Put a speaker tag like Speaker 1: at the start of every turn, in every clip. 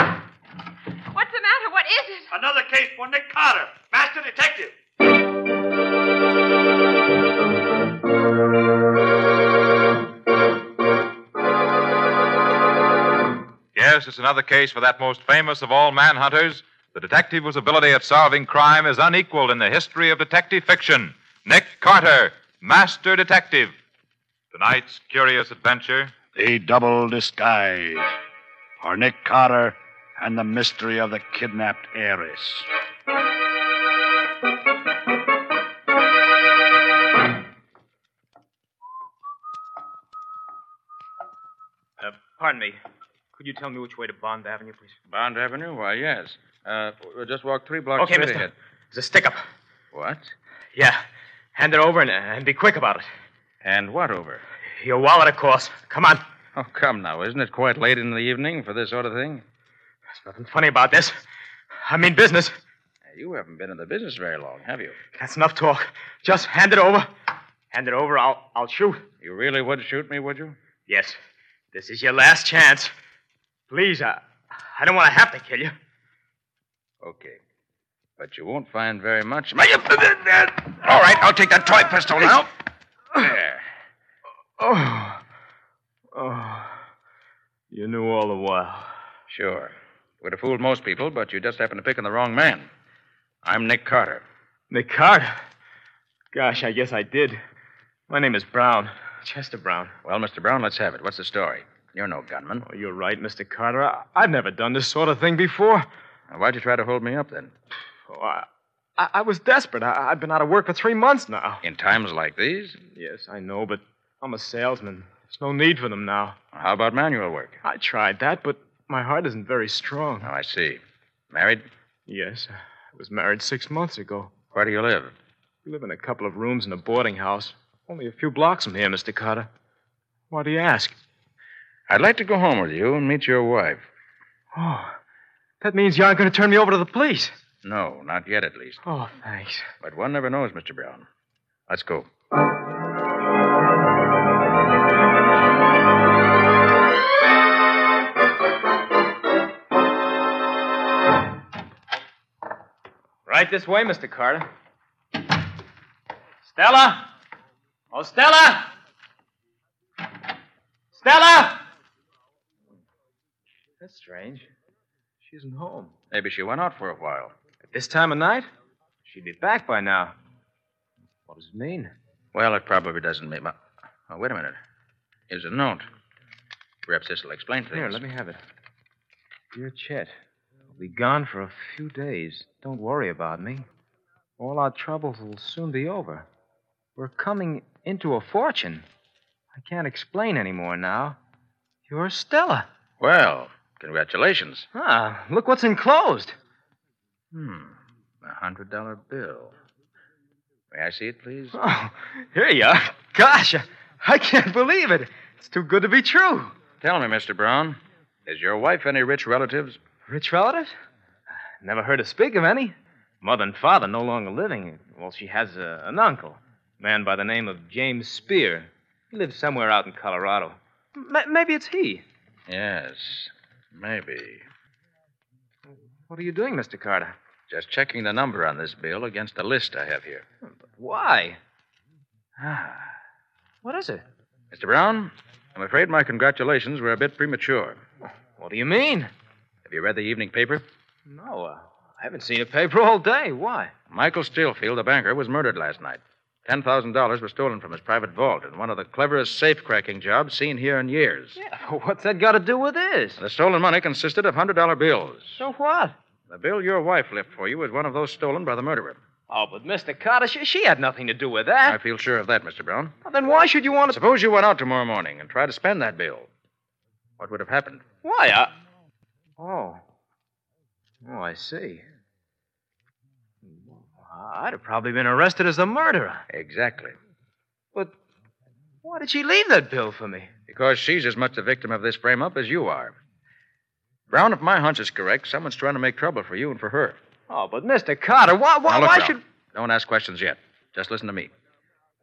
Speaker 1: What's the matter? What is it?
Speaker 2: Another case for Nick Carter, Master Detective.
Speaker 3: Yes, it's another case for that most famous of all manhunters. The detective whose ability at solving crime is unequaled in the history of detective fiction. Nick Carter, Master Detective. Tonight's curious adventure.
Speaker 4: The Double Disguise. For Nick Carter and the mystery of the kidnapped heiress.
Speaker 5: Uh, pardon me. Could you tell me which way to Bond Avenue, please?
Speaker 6: Bond Avenue? Why, yes. Uh, we'll just walk three blocks
Speaker 5: okay,
Speaker 6: straight
Speaker 5: mister.
Speaker 6: ahead.
Speaker 5: It's a stick up.
Speaker 6: What?
Speaker 5: Yeah. Hand it over and, uh, and be quick about it.
Speaker 6: And what over?
Speaker 5: Your wallet, of course. Come on.
Speaker 6: Oh, come now. Isn't it quite late in the evening for this sort of thing?
Speaker 5: There's nothing funny about this. I mean business.
Speaker 6: You haven't been in the business very long, have you?
Speaker 5: That's enough talk. Just hand it over. Hand it over. I'll, I'll shoot.
Speaker 6: You really would shoot me, would you?
Speaker 5: Yes. This is your last chance. Please, I, I don't want to have to kill you.
Speaker 6: Okay. But you won't find very much. May you- All right, I'll take that toy pistol now. There.
Speaker 5: Oh. Oh. You knew all the while.
Speaker 6: Sure. Would have fooled most people, but you just happened to pick on the wrong man. I'm Nick Carter.
Speaker 5: Nick Carter. Gosh, I guess I did. My name is Brown. Chester Brown.
Speaker 6: Well, Mr. Brown, let's have it. What's the story? You're no gunman.
Speaker 5: Oh, you're right, Mr. Carter. I, I've never done this sort of thing before.
Speaker 6: Now, Why'd you try to hold me up then?
Speaker 5: Oh, I, I, I was desperate. I, I've been out of work for three months now.
Speaker 6: In times like these,
Speaker 5: Yes, I know, but I'm a salesman. There's no need for them now.
Speaker 6: how about manual work?
Speaker 5: I tried that, but my heart isn't very strong.
Speaker 6: Oh, I see. Married?
Speaker 5: Yes, I was married six months ago.
Speaker 6: Where do you live?
Speaker 5: We live in a couple of rooms in a boarding house. Only a few blocks from here, Mr. Carter. Why do you ask?
Speaker 6: I'd like to go home with you and meet your wife.
Speaker 5: Oh, that means you aren't going to turn me over to the police.
Speaker 6: No, not yet at least.
Speaker 5: Oh, thanks.
Speaker 6: But one never knows, Mr. Brown. Let's go.
Speaker 5: Right this way, Mr. Carter. Stella? Oh, Stella? Stella? That's strange. She isn't home.
Speaker 6: Maybe she went out for a while.
Speaker 5: At this time of night? She'd be back by now. What does it mean?
Speaker 6: Well, it probably doesn't mean much. Oh, wait a minute. Here's a note. Perhaps this will explain things.
Speaker 5: Here, let me have it. Dear Chet, I'll be gone for a few days. Don't worry about me. All our troubles will soon be over. We're coming into a fortune. I can't explain any more now. You're Stella.
Speaker 6: Well, congratulations.
Speaker 5: Ah, look what's enclosed.
Speaker 6: Hmm. A hundred dollar bill. May I see it, please?
Speaker 5: Oh, here you are. Gosh, I, I can't believe it. It's too good to be true.
Speaker 6: Tell me, Mr. Brown, is your wife any rich relatives?
Speaker 5: Rich relatives? Never heard her speak of any. Mother and father no longer living. Well, she has a, an uncle, a man by the name of James Spear. He lives somewhere out in Colorado. M- maybe it's he.
Speaker 6: Yes, maybe.
Speaker 5: What are you doing, Mr. Carter?
Speaker 6: Just checking the number on this bill against the list I have here.
Speaker 5: Why?
Speaker 6: Ah.
Speaker 5: What is it?
Speaker 6: Mr. Brown, I'm afraid my congratulations were a bit premature.
Speaker 5: What do you mean?
Speaker 6: Have you read the evening paper?
Speaker 5: No, uh, I haven't seen a paper all day. Why?
Speaker 6: Michael Stillfield, the banker, was murdered last night. $10,000 was stolen from his private vault in one of the cleverest safecracking jobs seen here in years.
Speaker 5: Yeah, Uh, what's that got to do with this?
Speaker 6: The stolen money consisted of $100 bills.
Speaker 5: So what?
Speaker 6: The bill your wife left for you was one of those stolen by the murderer.
Speaker 5: Oh, but Mr. Carter, she, she had nothing to do with
Speaker 6: I
Speaker 5: that.
Speaker 6: feel sure of that, Mr. Brown.
Speaker 5: Well, then why should you want to?
Speaker 6: Suppose you went out tomorrow morning and tried to spend that bill. What would have happened?
Speaker 5: Why? I, Oh. Oh, I see. I'd have probably been arrested as a murderer.
Speaker 6: Exactly.
Speaker 5: But why did she leave that bill for me?
Speaker 6: Because she's as much the victim of this frame up as you are. Brown, if my hunch is correct, someone's trying to make trouble for you and for her.
Speaker 5: Oh, but Mr. Carter, why, why,
Speaker 6: now, look,
Speaker 5: why
Speaker 6: Brown,
Speaker 5: should.
Speaker 6: Don't ask questions yet. Just listen to me.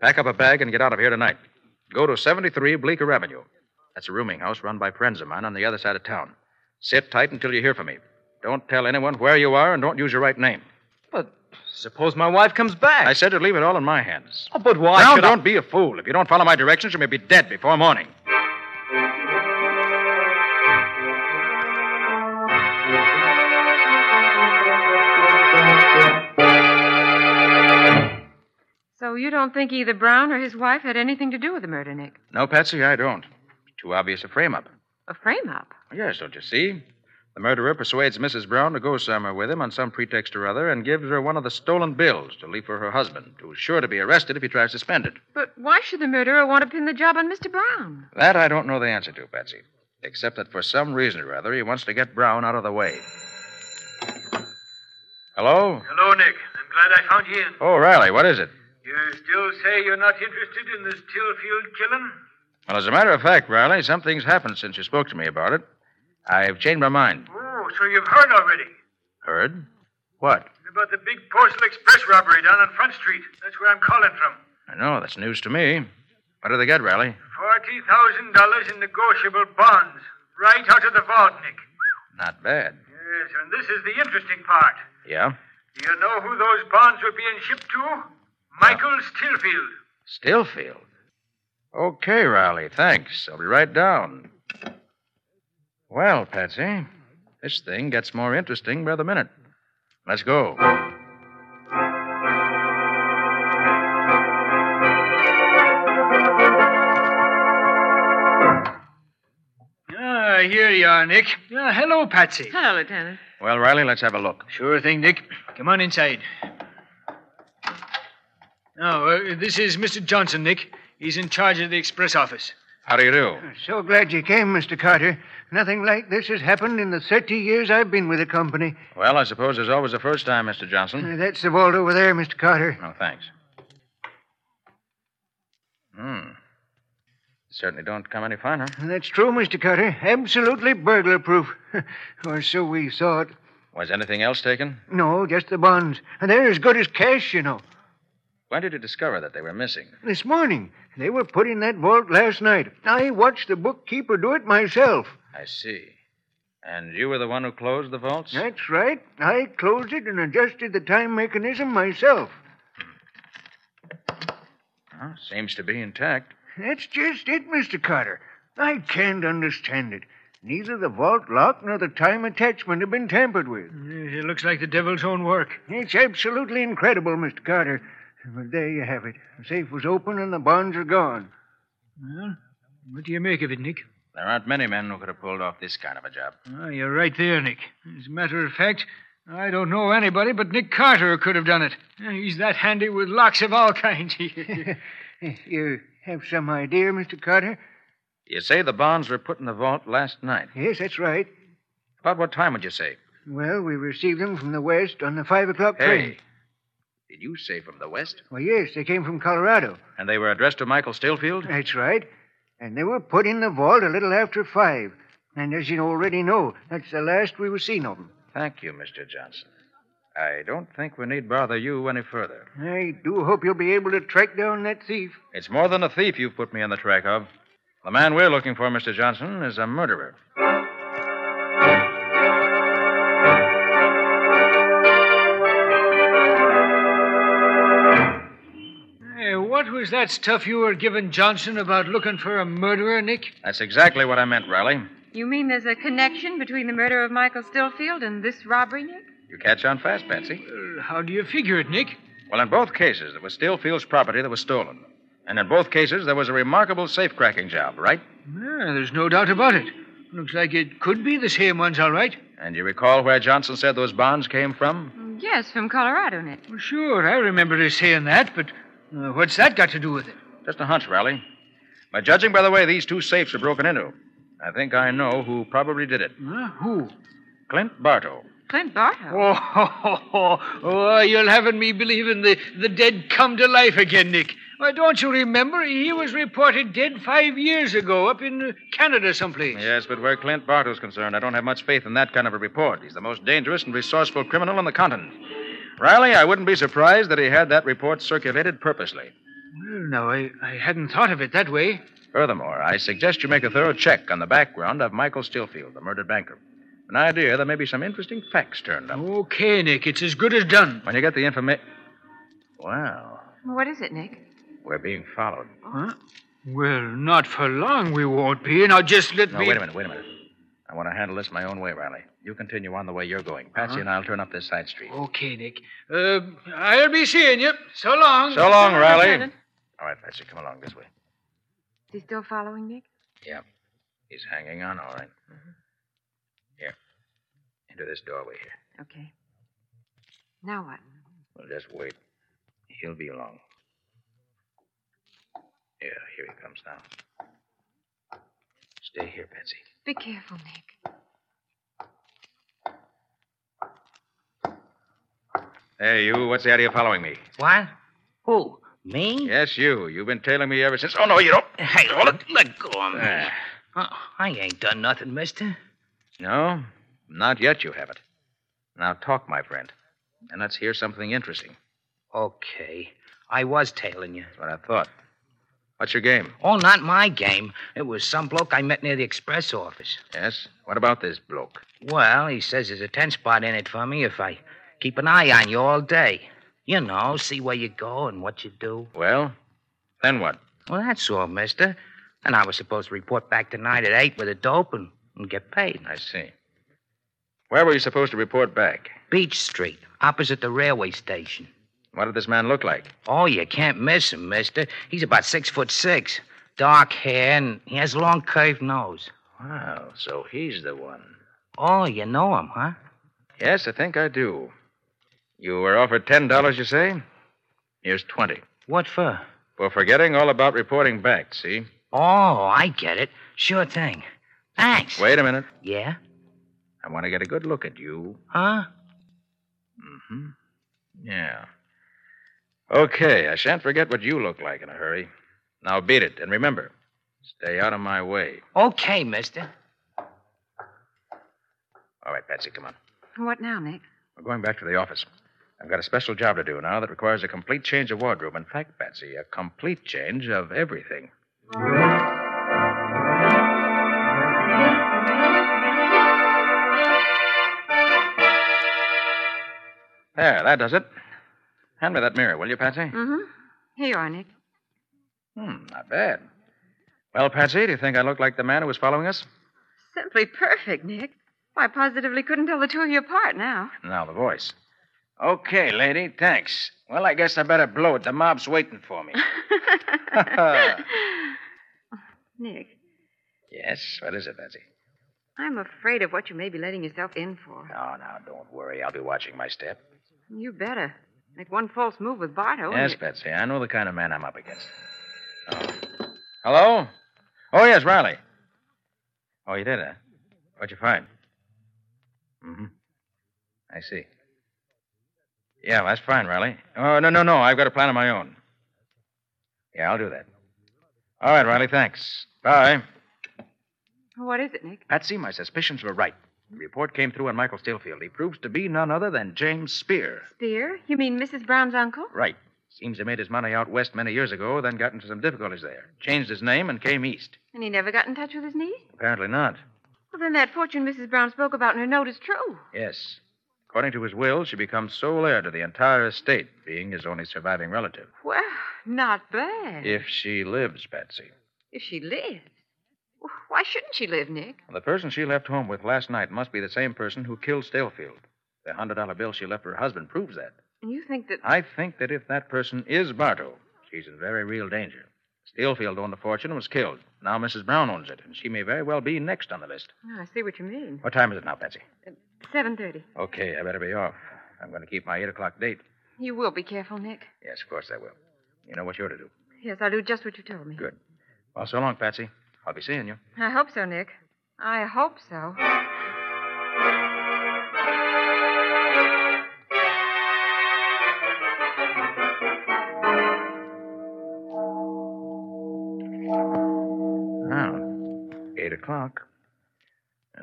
Speaker 6: Pack up a bag and get out of here tonight. Go to 73 Bleecker Avenue. That's a rooming house run by friends of mine on the other side of town. Sit tight until you hear from me. Don't tell anyone where you are and don't use your right name.
Speaker 5: But suppose my wife comes back.
Speaker 6: I said to leave it all in my hands.
Speaker 5: Oh, but why?
Speaker 6: Brown,
Speaker 5: should I-
Speaker 6: don't be a fool. If you don't follow my directions, you may be dead before morning.
Speaker 1: So you don't think either Brown or his wife had anything to do with the murder, Nick?
Speaker 6: No, Patsy, I don't. Too obvious a frame up.
Speaker 1: A frame up?
Speaker 6: Yes, don't you see? The murderer persuades Mrs. Brown to go somewhere with him on some pretext or other and gives her one of the stolen bills to leave for her husband, who's sure to be arrested if he tries to spend it.
Speaker 1: But why should the murderer want to pin the job on Mr. Brown?
Speaker 6: That I don't know the answer to, Patsy. Except that for some reason or other, he wants to get Brown out of the way. Hello?
Speaker 2: Hello, Nick. I'm glad I found you in.
Speaker 6: Oh, Riley, what is it?
Speaker 2: You still say you're not interested in this Tillfield killing?
Speaker 6: Well, as a matter of fact, Riley, something's happened since you spoke to me about it. I've changed my mind.
Speaker 2: Oh, so you've heard already.
Speaker 6: Heard? What?
Speaker 2: About the big Postal Express robbery down on Front Street. That's where I'm calling from.
Speaker 6: I know, that's news to me. What do they get, Riley?
Speaker 2: $40,000 in negotiable bonds. Right out of the vault, Nick.
Speaker 6: Not bad.
Speaker 2: Yes, and this is the interesting part.
Speaker 6: Yeah?
Speaker 2: Do you know who those bonds were being shipped to? Michael Stillfield.
Speaker 6: Stillfield. Okay, Riley, thanks. I'll be right down. Well, Patsy, this thing gets more interesting by the minute. Let's go.
Speaker 2: Ah, here you are, Nick. Ah, hello, Patsy.
Speaker 1: Hello, Lieutenant.
Speaker 6: Well, Riley, let's have a look.
Speaker 2: Sure thing, Nick. Come on inside. Now, uh, this is Mr. Johnson, Nick. He's in charge of the express office.
Speaker 6: How do you do?
Speaker 7: So glad you came, Mr. Carter. Nothing like this has happened in the 30 years I've been with the company.
Speaker 6: Well, I suppose there's always a first time, Mr.
Speaker 7: Uh,
Speaker 2: Hmm.
Speaker 6: Johnson.
Speaker 7: That's the vault over there, Mr. Carter.
Speaker 6: No, thanks. Hmm. Certainly don't come any finer.
Speaker 7: That's true, Mr. Carter. Absolutely burglar proof. or so we saw it.
Speaker 6: Was anything else taken?
Speaker 7: No, just the bonds. And they're as good as cash, you know.
Speaker 6: When did you discover that they were missing?
Speaker 7: This morning, they were put in that vault last night. I watched the bookkeeper do it myself.
Speaker 6: I see. And you were the one who closed the vaults?
Speaker 7: That's right. I closed it and adjusted the time mechanism myself.
Speaker 6: Huh, seems to be intact.
Speaker 7: That's just it, Mr. Carter. I can't understand it. Neither the vault lock nor the time attachment have been tampered with.
Speaker 2: It looks like the devil's own work.
Speaker 7: It's absolutely incredible, Mr. Carter. But there you have it. The safe was open and the bonds are gone.
Speaker 2: Well, what do you make of it, Nick?
Speaker 6: There aren't many men who could have pulled off this kind of a job.
Speaker 2: Ah, you're right there, Nick. As a matter of fact, I don't know anybody but Nick Carter who could have done it. Ah, He's that handy with locks of all kinds.
Speaker 7: you have some idea, Mr. Carter?
Speaker 6: You say the bonds were put in the vault last night.
Speaker 7: Yes, that's right.
Speaker 6: About what time would you say?
Speaker 7: Well, we received them from the west on the five o'clock train.
Speaker 6: Hey. Did you say from the west?
Speaker 7: Well, yes, they came from Colorado.
Speaker 6: And they were addressed to Michael Stillfield?
Speaker 7: That's right. And they were put in the vault a little after five. And as you already know, that's the last we were seen of them.
Speaker 6: Thank you, Mr. Johnson. I don't think we need bother you any further.
Speaker 7: I do hope you'll be able to track down that thief.
Speaker 6: It's more than a thief you've put me on the track of. The man we're looking for, Mr. Johnson, is a murderer.
Speaker 2: what was that stuff you were giving Johnson about looking for a murderer, Nick?
Speaker 6: That's exactly what I meant, Riley.
Speaker 1: You mean there's a connection between the murder of Michael Stillfield and this robbery, Nick?
Speaker 6: You catch on fast, Patsy.
Speaker 2: Well, how do you figure it, Nick?
Speaker 6: Well, in both cases, it was Stillfield's property that was stolen. And in both cases, there was a remarkable safe cracking job, right?
Speaker 2: Yeah, there's no doubt about it. Looks like it could be the same ones, all right.
Speaker 6: And you recall where Johnson said those bonds came from?
Speaker 1: Yes, from Colorado, Nick.
Speaker 2: Well, sure, I remember his saying that, but uh, what's that got to do with it?
Speaker 6: Just a hunch, Riley. But judging by the way these two safes were broken into, I think I know who probably did it.
Speaker 2: Huh? Who?
Speaker 6: Clint Bartle.
Speaker 1: Clint Bartle.
Speaker 2: Oh, ho, ho, ho. oh you're having me believing the, the dead come to life again, Nick. Why, don't you remember? He was reported dead five years ago up in uh, Canada someplace.
Speaker 6: Yes, but where Clint Bartle's concerned, I don't have much faith in that kind of a report. He's the most dangerous and resourceful criminal on the continent. Riley, I wouldn't be surprised that he had that report circulated purposely.
Speaker 2: Well, no, I, I hadn't thought of it that way.
Speaker 6: Furthermore, I suggest you make a thorough check on the background of Michael Stillfield, the murdered banker. An idea there may be some interesting facts turned up.
Speaker 2: Okay, Nick, it's as good as done.
Speaker 6: When you get the information. Well,
Speaker 1: What is it, Nick?
Speaker 6: we're being followed.
Speaker 2: Huh? Well, not for long we won't be. Now, just let
Speaker 6: Now,
Speaker 2: me.
Speaker 6: wait a minute, wait a minute. I want to handle this my own way, Riley. You continue on the way you're going. Patsy and I'll turn up this side street.
Speaker 2: Okay, Nick. Uh, I'll be seeing you. So long.
Speaker 6: So long, Riley.
Speaker 1: Lieutenant.
Speaker 6: All right, Patsy, come along this way.
Speaker 1: Is he still following Nick?
Speaker 6: Yeah. He's hanging on, all right.
Speaker 8: Mm-hmm.
Speaker 6: Here. Into this doorway here.
Speaker 1: Okay. Now what?
Speaker 6: Well, just wait. He'll be along. Yeah, here he comes now. Stay here, Patsy.
Speaker 1: Be careful, Nick.
Speaker 6: Hey, you, what's the idea of following me?
Speaker 8: What? Who? Me?
Speaker 6: Yes, you. You've been tailing me ever since. Oh, no, you don't.
Speaker 8: Hey, let, let go of me.
Speaker 6: Ah,
Speaker 8: Uh, I ain't done nothing, mister.
Speaker 6: no, not yet, you haven't. Now talk, my friend, and let's hear something interesting.
Speaker 8: Okay. I was tailing you.
Speaker 6: That's what I thought. What's your game?
Speaker 8: Oh, not my game. It was some bloke I met near the express office.
Speaker 6: Yes? What about this bloke?
Speaker 8: Well, he says there's a ten spot in it for me if I keep an eye on you all day. You know, see where you go and what you do.
Speaker 6: Well, then what?
Speaker 8: Well, that's all, mister. And I was supposed to report back tonight at 8 with a dope and, and get paid.
Speaker 6: I see. Where were you supposed to report back?
Speaker 8: Beach Street, opposite the railway station.
Speaker 6: What did this man look like?
Speaker 8: Oh, you can't miss him, mister. He's about six foot six. Dark hair, and he has a long curved nose.
Speaker 6: Wow, so he's the one.
Speaker 8: Oh, you know him, huh?
Speaker 6: Yes, I think I do. You were offered ten dollars, you say? Here's twenty.
Speaker 8: What for?
Speaker 6: For forgetting all about reporting back, see?
Speaker 8: Oh, I get it. Sure thing. Thanks.
Speaker 6: Wait a minute.
Speaker 8: Yeah?
Speaker 6: I want to get a good look at you.
Speaker 8: Huh?
Speaker 6: Mm-hmm. Yeah. Okay, I shan't forget what you look like in a hurry. Now beat it, and remember, stay out of my way.
Speaker 8: Okay, mister.
Speaker 6: All right, Patsy, come on.
Speaker 1: What now, Nick?
Speaker 6: We're going back to the office. I've got a special job to do now that requires a complete change of wardrobe. In fact, Patsy, a complete change of everything. There, that does it. Hand me that mirror, will you, Patsy?
Speaker 1: Mm-hmm. Here you are, Nick.
Speaker 6: Hmm, not bad. Well, Patsy, do you think I look like the man who was following us?
Speaker 1: Simply perfect, Nick. Why, I positively couldn't tell the two of you apart now.
Speaker 6: Now the voice. Okay, lady, thanks. Well, I guess I better blow it. The mob's waiting for me.
Speaker 1: Nick,
Speaker 6: yes, what is it, Patsy?
Speaker 1: I'm afraid of what you may be letting yourself in for.
Speaker 6: No, no, don't worry. I'll be watching my step.
Speaker 1: You better. Make one false move with Bartow. and
Speaker 6: yes,
Speaker 1: you-
Speaker 6: Patsy, I know the kind of man I'm up against. Oh. Hello? Oh, yes, Riley. Oh, you did, huh? What'd you find? Mm-hmm. I see. Yeah, that's fine, Riley. Oh, no, no, no. I've got a plan of my own. Yeah, I'll do that. All right, Riley, thanks. Bye.
Speaker 1: What is it, Nick?
Speaker 6: Patsy, my suspicions were right. The report came through on Michael Stillfield. He proves to be none other than James Spear.
Speaker 1: Spear? You mean Mrs. Brown's uncle?
Speaker 6: Right. Seems he made his money out west many years ago, then got into some difficulties there. Changed his name and came east.
Speaker 1: And he never got in touch with his niece?
Speaker 6: Apparently not.
Speaker 1: Well, then that fortune Mrs. Brown spoke about in her note is true.
Speaker 6: Yes. According to his will, she becomes sole heir to the entire estate, being his only surviving relative.
Speaker 1: Well, not bad.
Speaker 6: If she lives, Patsy.
Speaker 1: If she lives. Why shouldn't she live, Nick?
Speaker 6: The person she left home with last night must be the same person who killed Stalefield. The $100 bill she left her husband proves that.
Speaker 1: And you think that.
Speaker 6: I think that if that person is Bartow, she's in very real danger. Steelfield owned the fortune and was killed. Now Mrs. Brown owns it, and she may very well be next on the list.
Speaker 1: Oh, I see what you mean.
Speaker 6: What time is it now, Patsy?
Speaker 1: 7.30.
Speaker 6: Okay, I better be off. I'm going to keep my 8 o'clock date.
Speaker 1: You will be careful, Nick.
Speaker 6: Yes, of course I will. You know what you're to do.
Speaker 1: Yes, I'll do just what you told me.
Speaker 6: Good. Well, so long, Patsy. I'll be seeing you.
Speaker 1: I hope so, Nick. I hope so.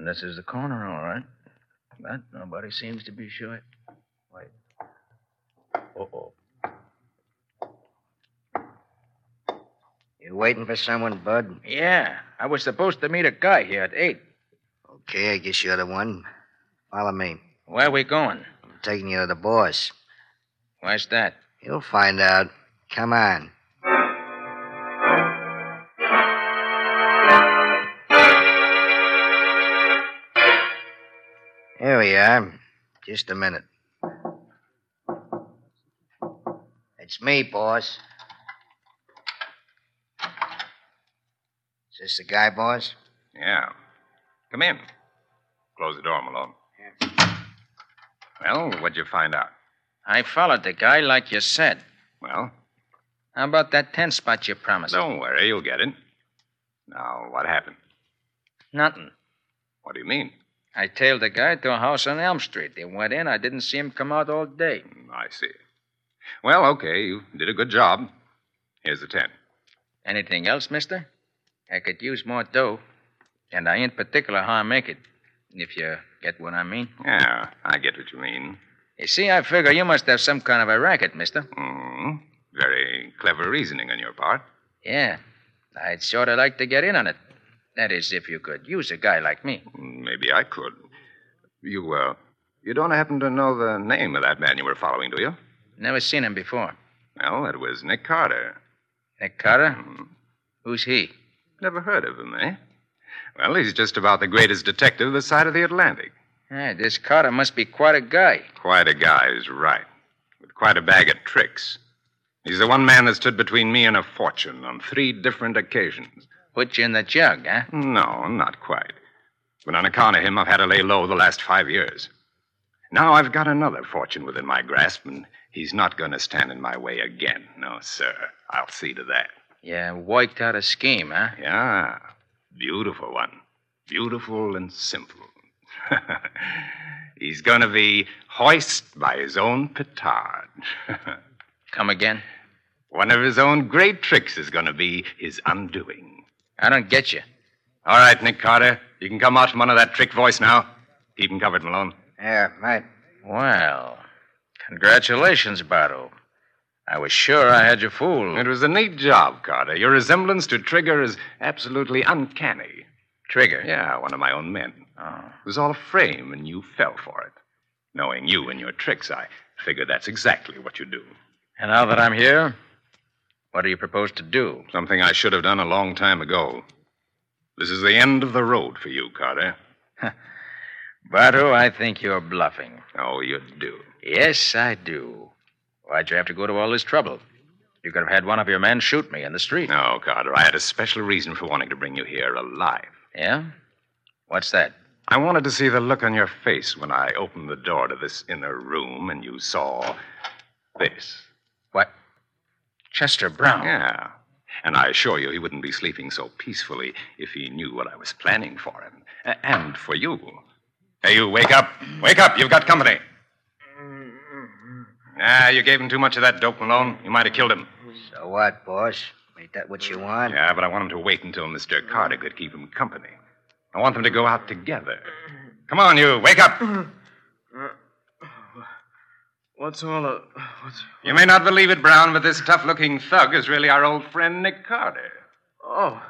Speaker 8: This is the corner, all right. But nobody seems to be sure. Wait. Uh oh.
Speaker 9: You waiting for someone, Bud?
Speaker 6: Yeah, I was supposed to meet a guy here at 8.
Speaker 9: Okay, I guess you're the one. Follow me.
Speaker 6: Where are we going?
Speaker 9: I'm taking you to the boss.
Speaker 6: Why's that?
Speaker 9: You'll find out. Come on. Here we are. Just a minute. It's me, boss. Is this the guy, boss?
Speaker 10: Yeah. Come in. Close the door, Malone. Well, what'd you find out?
Speaker 6: I followed the guy like you said.
Speaker 10: Well?
Speaker 6: How about that 10 spot you promised?
Speaker 10: Don't worry, you'll get it. Now, what happened?
Speaker 6: Nothing.
Speaker 10: What do you mean?
Speaker 6: I tailed the guy to a house on Elm Street. They went in. I didn't see him come out all day.
Speaker 10: I see. Well, okay, you did a good job. Here's the 10.
Speaker 6: Anything else, mister? I could use more dough. And I ain't particular how I make it, if you get what I mean.
Speaker 10: Yeah, I get what you mean.
Speaker 6: You see, I figure you must have some kind of a racket, mister.
Speaker 10: Hmm. Very clever reasoning on your part.
Speaker 6: Yeah. I'd sort of like to get in on it. That is, if you could use a guy like me.
Speaker 10: Maybe I could. You, uh, you don't happen to know the name of that man you were following, do you?
Speaker 6: Never seen him before.
Speaker 10: Well, it was Nick Carter.
Speaker 6: Nick Carter?
Speaker 10: Mm-hmm.
Speaker 6: Who's he?
Speaker 10: Never heard of him, eh? Well, he's just about the greatest detective this side of the Atlantic.
Speaker 6: Yeah, this Carter must be quite a guy.
Speaker 10: Quite a guy is right. With quite a bag of tricks. He's the one man that stood between me and a fortune on three different occasions.
Speaker 6: Put you in the jug, huh?
Speaker 10: No, not quite. But on account of him, I've had to lay low the last five years. Now I've got another fortune within my grasp, and he's not going to stand in my way again. No, sir. I'll see to that.
Speaker 6: Yeah, worked out a scheme, huh?
Speaker 10: Yeah. Beautiful one. Beautiful and simple. He's going to be hoist by his own petard.
Speaker 6: Come again?
Speaker 10: One of his own great tricks is going to be his undoing.
Speaker 6: I don't get you.
Speaker 10: All right, Nick Carter. You can come out from under that trick voice now. Keep him covered, Malone.
Speaker 9: Yeah, right.
Speaker 6: Well, congratulations, Bardo. I was sure I had you fooled.
Speaker 10: It was a neat job, Carter. Your resemblance to Trigger is absolutely uncanny.
Speaker 6: Trigger?
Speaker 10: Yeah, one of my own men.
Speaker 6: Oh.
Speaker 10: It was all a frame, and you fell for it. Knowing you and your tricks, I figured that's exactly what you do.
Speaker 6: And now that I'm here, what do you propose to do?
Speaker 10: Something I should have done a long time ago. This is the end of the road for you, Carter.
Speaker 6: Bardo, I think you're bluffing.
Speaker 10: Oh, you do.
Speaker 6: Yes, I do. Why'd you have to go to all this trouble? You could have had one of your men shoot me in the street.
Speaker 10: No, Carter, I had a special reason for wanting to bring you here alive.
Speaker 6: Yeah? What's that?
Speaker 10: I wanted to see the look on your face when I opened the door to this inner room and you saw this.
Speaker 6: What? Chester Brown.
Speaker 10: Yeah. And I assure you he wouldn't be sleeping so peacefully if he knew what I was planning for him. A- and for you. Hey, you, wake up. Wake up. You've got company. Ah, you gave him too much of that dope, Malone. You might have killed him.
Speaker 9: So what, boss? Ain't that what you want?
Speaker 10: Yeah, but I want him to wait until Mr. Carter could keep him company. I want them to go out together. Come on, you, wake up.
Speaker 11: What's all of. What's...
Speaker 10: You may not believe it, Brown, but this tough looking thug is really our old friend Nick Carter.
Speaker 11: Oh.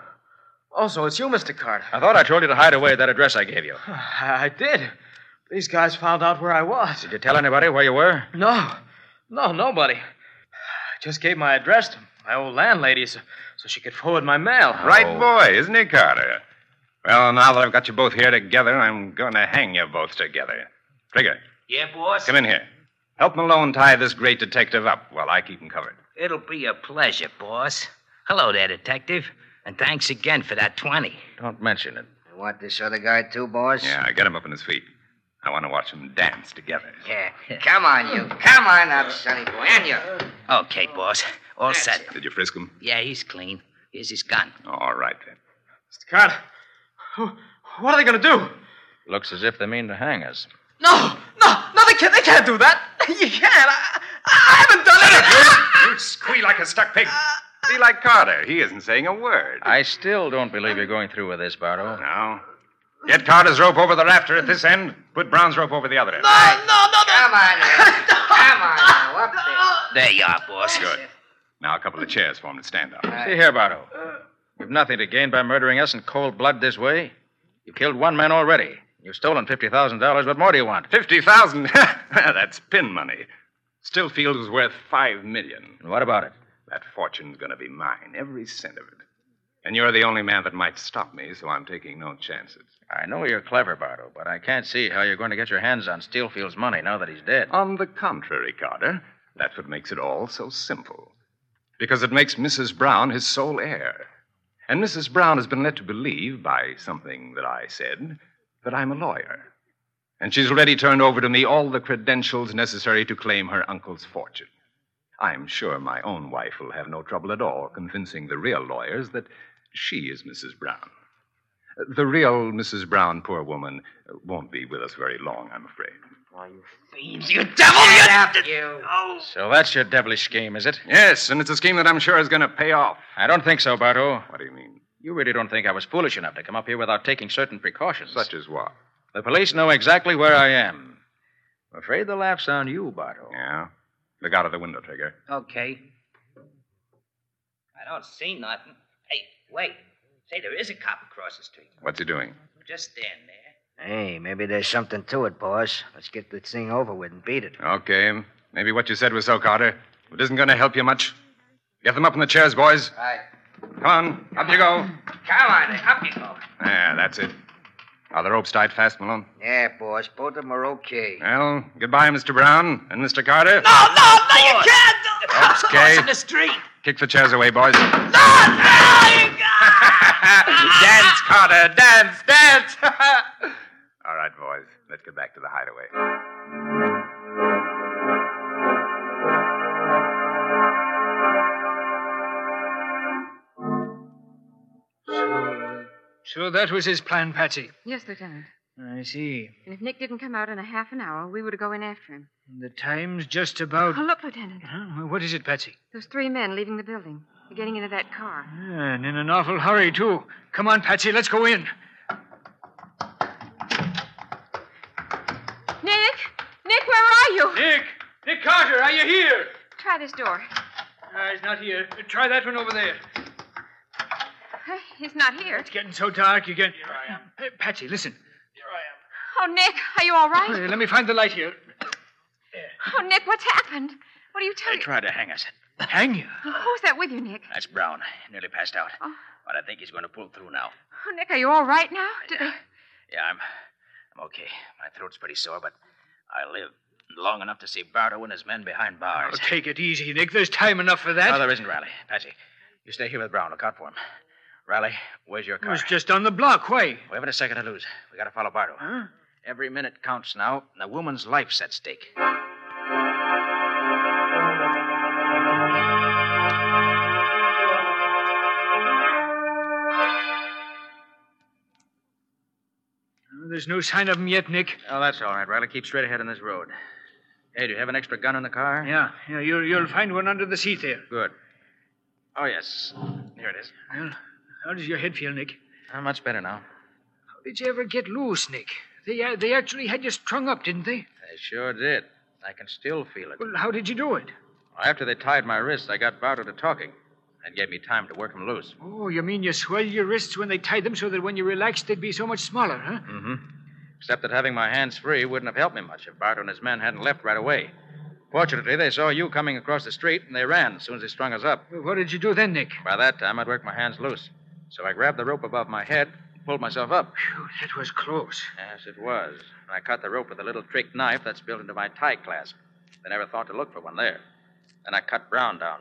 Speaker 11: Oh, so it's you, Mr. Carter.
Speaker 6: I thought I told you to hide away at that address I gave you.
Speaker 11: I, I did. These guys found out where I was.
Speaker 6: Did you tell anybody where you were?
Speaker 11: No. No, nobody. I just gave my address to my old landlady so, so she could forward my mail.
Speaker 10: Right boy, isn't he, Carter? Well, now that I've got you both here together, I'm going to hang you both together. Trigger,
Speaker 9: Yeah, boss?
Speaker 10: come in here. Help Malone tie this great detective up while I keep him covered.
Speaker 9: It'll be a pleasure, boss. Hello there, detective. And thanks again for that 20.
Speaker 6: Don't mention it.
Speaker 9: You want this other guy, too, boss?
Speaker 10: Yeah, get him up on his feet. I want to watch them dance together.
Speaker 9: Yeah. Come on, you. Come on up, sonny boy. And you.
Speaker 8: Okay, boss. All set.
Speaker 10: Did you frisk him?
Speaker 8: Yeah, he's clean. Here's his gun.
Speaker 10: All right, then.
Speaker 11: Mr. Carter, wh- what are they going to do?
Speaker 6: Looks as if they mean to hang us.
Speaker 11: No, no, no, they can't, they can't do that. You can't. I, I haven't done it.
Speaker 10: You squeal like a stuck pig. Be like Carter. He isn't saying a word.
Speaker 6: I still don't believe you're going through with this, Bardo.
Speaker 10: No.
Speaker 5: Get Carter's rope over the rafter at this end. Put Brown's rope over the other end.
Speaker 9: no, no, Come on, now. come on now. Up there.
Speaker 5: There you are, boss. Good. Now a couple of chairs for him to stand up.
Speaker 6: See here, Bardo. You've nothing to gain by murdering us in cold blood this way. You've killed one man already. You've stolen $50,000. What more do you want?
Speaker 5: 50,000? That's pin money. Stillfield was worth five million.
Speaker 6: And what about it?
Speaker 5: That fortune's gonna be mine, every cent of it. And you're the only man that might stop me, so I'm taking no chances.
Speaker 6: I know you're clever, Bardo, but I can't see how you're going to get your hands on Steelfield's money now that he's dead.
Speaker 5: On the contrary, Carter, that's what makes it all so simple. Because it makes Mrs. Brown his sole heir. And Mrs. Brown has been led to believe, by something that I said, that I'm a lawyer. And she's already turned over to me all the credentials necessary to claim her uncle's fortune. I'm sure my own wife will have no trouble at all convincing the real lawyers that she is Mrs. Brown. The real Mrs. Brown, poor woman, won't be with us very long, I'm afraid.
Speaker 9: Why, you fiends, you devil! You up, you. Oh.
Speaker 6: So that's your devilish scheme, is it?
Speaker 5: Yes, and it's a scheme that I'm sure is going to pay off.
Speaker 6: I don't think so, Bardo.
Speaker 5: What do you mean?
Speaker 6: You really don't think I was foolish enough to come up here without taking certain precautions.
Speaker 5: Such as what?
Speaker 6: The police know exactly where I am. I'm afraid the laugh's on you, Bardo.
Speaker 5: Yeah? Look out of the window, Trigger.
Speaker 9: Okay. I don't see nothing. Hey, wait. Say, there is a cop across the street.
Speaker 5: What's he doing?
Speaker 9: Just stand there.
Speaker 12: Hey, maybe there's something to it, boss. Let's get this thing over with and beat it.
Speaker 5: Okay. Maybe what you said was so, Carter. It isn't going to help you much. Get them up in the chairs, boys.
Speaker 9: Right.
Speaker 5: Come on. Up you go.
Speaker 9: Come on, then. up you go.
Speaker 5: Yeah, that's it. Are the ropes tied fast, Malone?
Speaker 12: Yeah, boss. Both of them are okay.
Speaker 5: Well, goodbye, Mr. Brown and Mr. Carter.
Speaker 9: No, no, no, you can't! The cops are
Speaker 5: Okay.
Speaker 9: crossing the street.
Speaker 5: Kick the chairs away, boys.
Speaker 9: dance,
Speaker 5: Carter, dance, dance. All right, boys. Let's get back to the hideaway.
Speaker 2: So that was his plan, Patsy.
Speaker 1: Yes, Lieutenant.
Speaker 2: I see.
Speaker 1: And if Nick didn't come out in a half an hour, we would go in after him.
Speaker 2: The time's just about.
Speaker 1: Oh, look, Lieutenant.
Speaker 2: Huh? What is it, Patsy?
Speaker 1: Those three men leaving the building. They're getting into that car.
Speaker 2: And in an awful hurry, too. Come on, Patsy, let's go in.
Speaker 1: Nick! Nick, where are you?
Speaker 2: Nick! Nick Carter, are you here?
Speaker 1: Try this door.
Speaker 2: Uh, he's not here. Try that one over there.
Speaker 1: Huh, He's not here.
Speaker 2: It's getting so dark, you can't. Here I am. Patsy, listen.
Speaker 1: Oh, Nick, are you all
Speaker 2: Hey,
Speaker 1: right?
Speaker 2: let me find the light here.
Speaker 1: Oh, Nick, what's happened? What are you
Speaker 6: They
Speaker 1: telling
Speaker 6: tried to hang us. Hang you?
Speaker 1: Who's that with you, Nick?
Speaker 6: That's Brown. Nearly passed out.
Speaker 1: Oh.
Speaker 6: But I think he's going to pull through now.
Speaker 1: Oh, Nick, are you all right now? Did they...
Speaker 6: Yeah, I'm. I'm okay. My throat's pretty sore, but I live long enough to see Bardo and his men behind
Speaker 2: Oh,
Speaker 6: bars.
Speaker 2: take it easy, Nick. There's time enough for that.
Speaker 6: No, there isn't, Riley. Patsy, you stay here with Brown. Look out for him. Riley, where's your
Speaker 2: It
Speaker 6: car?
Speaker 2: was just on the block. Why?
Speaker 6: We haven't a second to lose. We gotta follow Bardo.
Speaker 2: Huh?
Speaker 6: Every minute counts now, and a woman's life's at stake.
Speaker 2: There's no sign of him yet, Nick.
Speaker 6: Oh, that's all right, Riley. Keep straight ahead on this road. Hey, do you have an extra gun in the car?
Speaker 2: Yeah, yeah you'll, you'll find one under the seat there.
Speaker 6: Good. Oh, yes. Here it is.
Speaker 2: Well, how does your head feel, Nick?
Speaker 6: Oh, much better now.
Speaker 2: How did you ever get loose, Nick? They, uh, they actually had you strung up, didn't they?
Speaker 6: I sure did. I can still feel it.
Speaker 2: Well, how did you do it?
Speaker 6: After they tied my wrists, I got Bardo to talking. That gave me time to work him loose.
Speaker 2: Oh, you mean you swelled your wrists when they tied them so that when you relaxed, they'd be so much smaller, huh?
Speaker 6: Mm-hmm. Except that having my hands free wouldn't have helped me much if Bardo and his men hadn't left right away. Fortunately, they saw you coming across the street, and they ran as soon as they strung us up.
Speaker 2: Well, what did you do then, Nick?
Speaker 6: By that time, I'd worked my hands loose. So I grabbed the rope above my head, pulled myself up.
Speaker 2: Phew, that was close.
Speaker 6: Yes, it was. And I cut the rope with a little trick knife that's built into my tie clasp. They never thought to look for one there. Then I cut Brown down.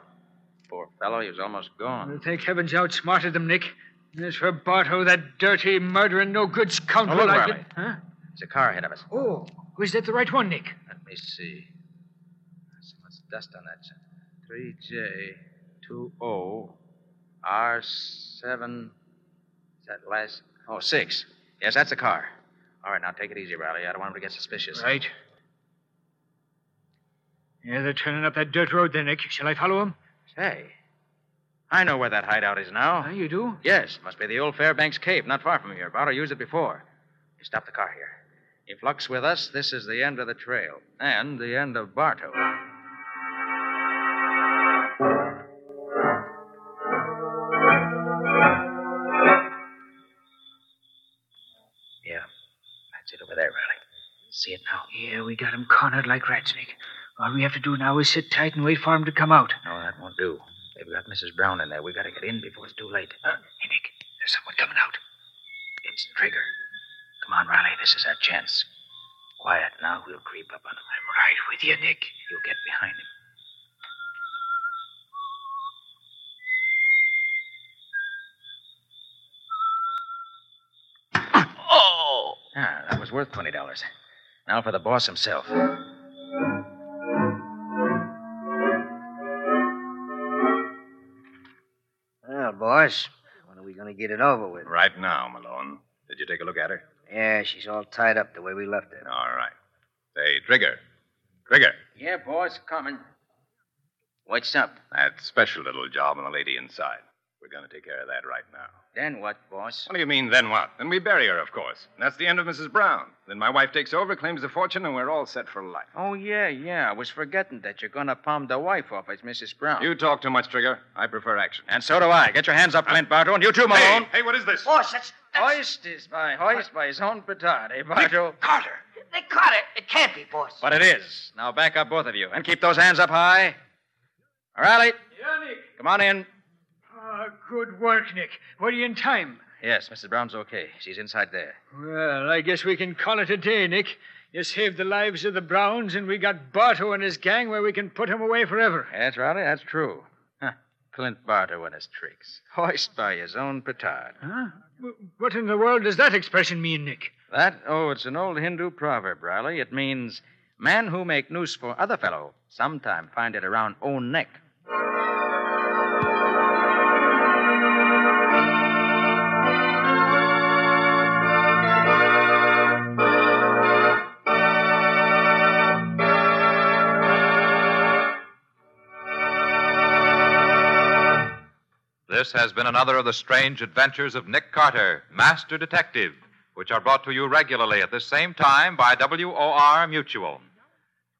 Speaker 6: Poor fellow, he was almost gone.
Speaker 2: Well, thank heavens you outsmarted them, Nick. As for Barto, that dirty, murdering, no good scoundrel.
Speaker 6: Oh, look,
Speaker 2: I
Speaker 6: Riley.
Speaker 2: could- Huh?
Speaker 6: There's a car ahead of us.
Speaker 2: Oh, was that the right one, Nick?
Speaker 6: Let me see. So much dust on that. 3J20 R7. Is that last? Oh, six. Yes, that's the car. All right, now take it easy, Riley. I don't want him to get suspicious.
Speaker 2: Right. Yeah, they're turning up that dirt road there, Nick. Shall I follow them?
Speaker 6: Say, I know where that hideout is now.
Speaker 2: you do?
Speaker 6: Yes, must be the old Fairbanks Cave, not far from here. Bardo used it before. You stop the car here. If luck's with us, this is the end of the trail and the end of Bartow.
Speaker 2: Yeah. That's it over there, Riley. See it now.
Speaker 13: Yeah, we got him cornered like rats, Nick. All we have to do now is sit tight and wait for him to come out.
Speaker 2: No, that won't do. They've got Mrs. Brown in there. We've got to get in before it's too late. hey, Nick, there's someone coming out. It's Trigger. Come on, Riley, this is our chance. Quiet now. We'll creep up on him. I'm right with you, Nick. You get behind him.
Speaker 6: Oh! Ah, that was worth $20. Now for the boss himself.
Speaker 14: Well, boss, when are we going to get it over with?
Speaker 5: Right now, Malone. Did you take a look at her?
Speaker 14: Yeah, she's all tied up the way we left her.
Speaker 5: All right. Say, Trigger. Trigger.
Speaker 15: Yeah, boss, coming.
Speaker 5: What's up? That special little job on the lady inside. We're going to take care of that right now.
Speaker 15: Then what, boss?
Speaker 5: What do you mean, then what? Then we bury her, of course. And that's the end of Mrs. Brown. Then my wife takes over, claims the fortune, and we're all set for life.
Speaker 6: Oh, yeah, yeah. I was forgetting that you're going to palm the wife off as Mrs. Brown.
Speaker 5: You talk too much, Trigger. I prefer action.
Speaker 6: And so do I. Get your hands up, Clint Bartow, and you too, Malone.
Speaker 5: Hey, what is this?
Speaker 6: Boss, that's. Hoist is by hoist by his own petard, eh, Bartow? Carter!
Speaker 16: Nick Carter, it can't be, boss.
Speaker 6: But it is. Now back up, both of you, and keep those hands up high. Riley,
Speaker 17: Yeah, Nick.
Speaker 6: come on in.
Speaker 17: Ah, good work, Nick. Were you in time?
Speaker 6: Yes, Mrs. Brown's okay. She's inside there.
Speaker 17: Well, I guess we can call it a day, Nick. You saved the lives of the Browns, and we got Bartow and his gang where we can put him away forever.
Speaker 6: That's Riley, that's true. Huh. Clint Bartow and his tricks. Hoist by his own petard.
Speaker 17: Huh? W- What in the world does that expression mean, Nick?
Speaker 6: That, oh, it's an old Hindu proverb, Riley. It means, man who make noose for other fellow, sometime find it around own neck.
Speaker 10: This has been another of the strange adventures of Nick Carter, Master Detective, which are brought to you regularly at this same time by WOR Mutual.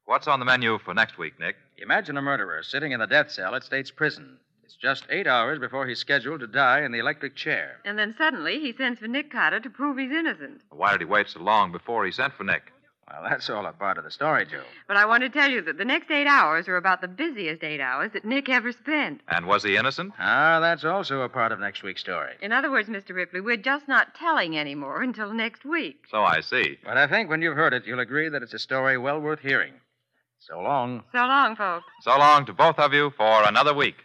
Speaker 10: What's on the menu for next week, Nick?
Speaker 6: Imagine a murderer sitting in the death cell at state's prison. It's just eight hours before he's scheduled to die in the electric chair.
Speaker 1: And then suddenly he sends for Nick Carter to prove he's innocent.
Speaker 10: Why did he wait so long before he sent for Nick?
Speaker 6: Well, that's all a part of the story, Joe.
Speaker 1: But I want to tell you that the next eight hours are about the busiest eight hours that Nick ever spent.
Speaker 10: And was he innocent?
Speaker 6: Ah, that's also a part of next week's story.
Speaker 1: In other words, Mr. Ripley, we're just not telling any more until next week.
Speaker 10: So I see.
Speaker 6: But I think when you've heard it, you'll agree that it's a story well worth hearing. So long.
Speaker 1: So long, folks.
Speaker 10: So long to both of you for another week.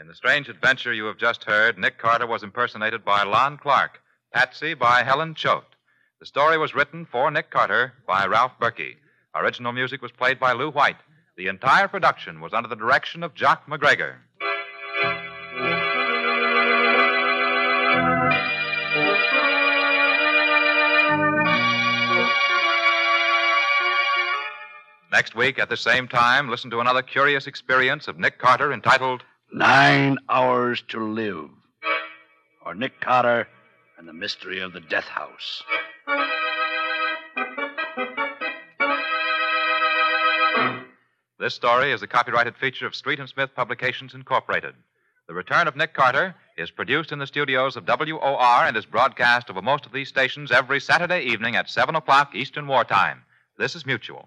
Speaker 10: In the strange adventure you have just heard, Nick Carter was impersonated by Lon Clark, Patsy by Helen Choate. The story was written for Nick Carter by Ralph Berkey. Original music was played by Lou White. The entire production was under the direction of Jock McGregor. Next week, at the same time, listen to another curious experience of Nick Carter entitled
Speaker 9: Nine hours to live. Or Nick Carter and the mystery of the death house.
Speaker 10: This story is a copyrighted feature of Street and Smith Publications, Incorporated. The Return of Nick Carter is produced in the studios of WOR and is broadcast over most of these stations every Saturday evening at 7 o'clock Eastern Wartime. This is Mutual.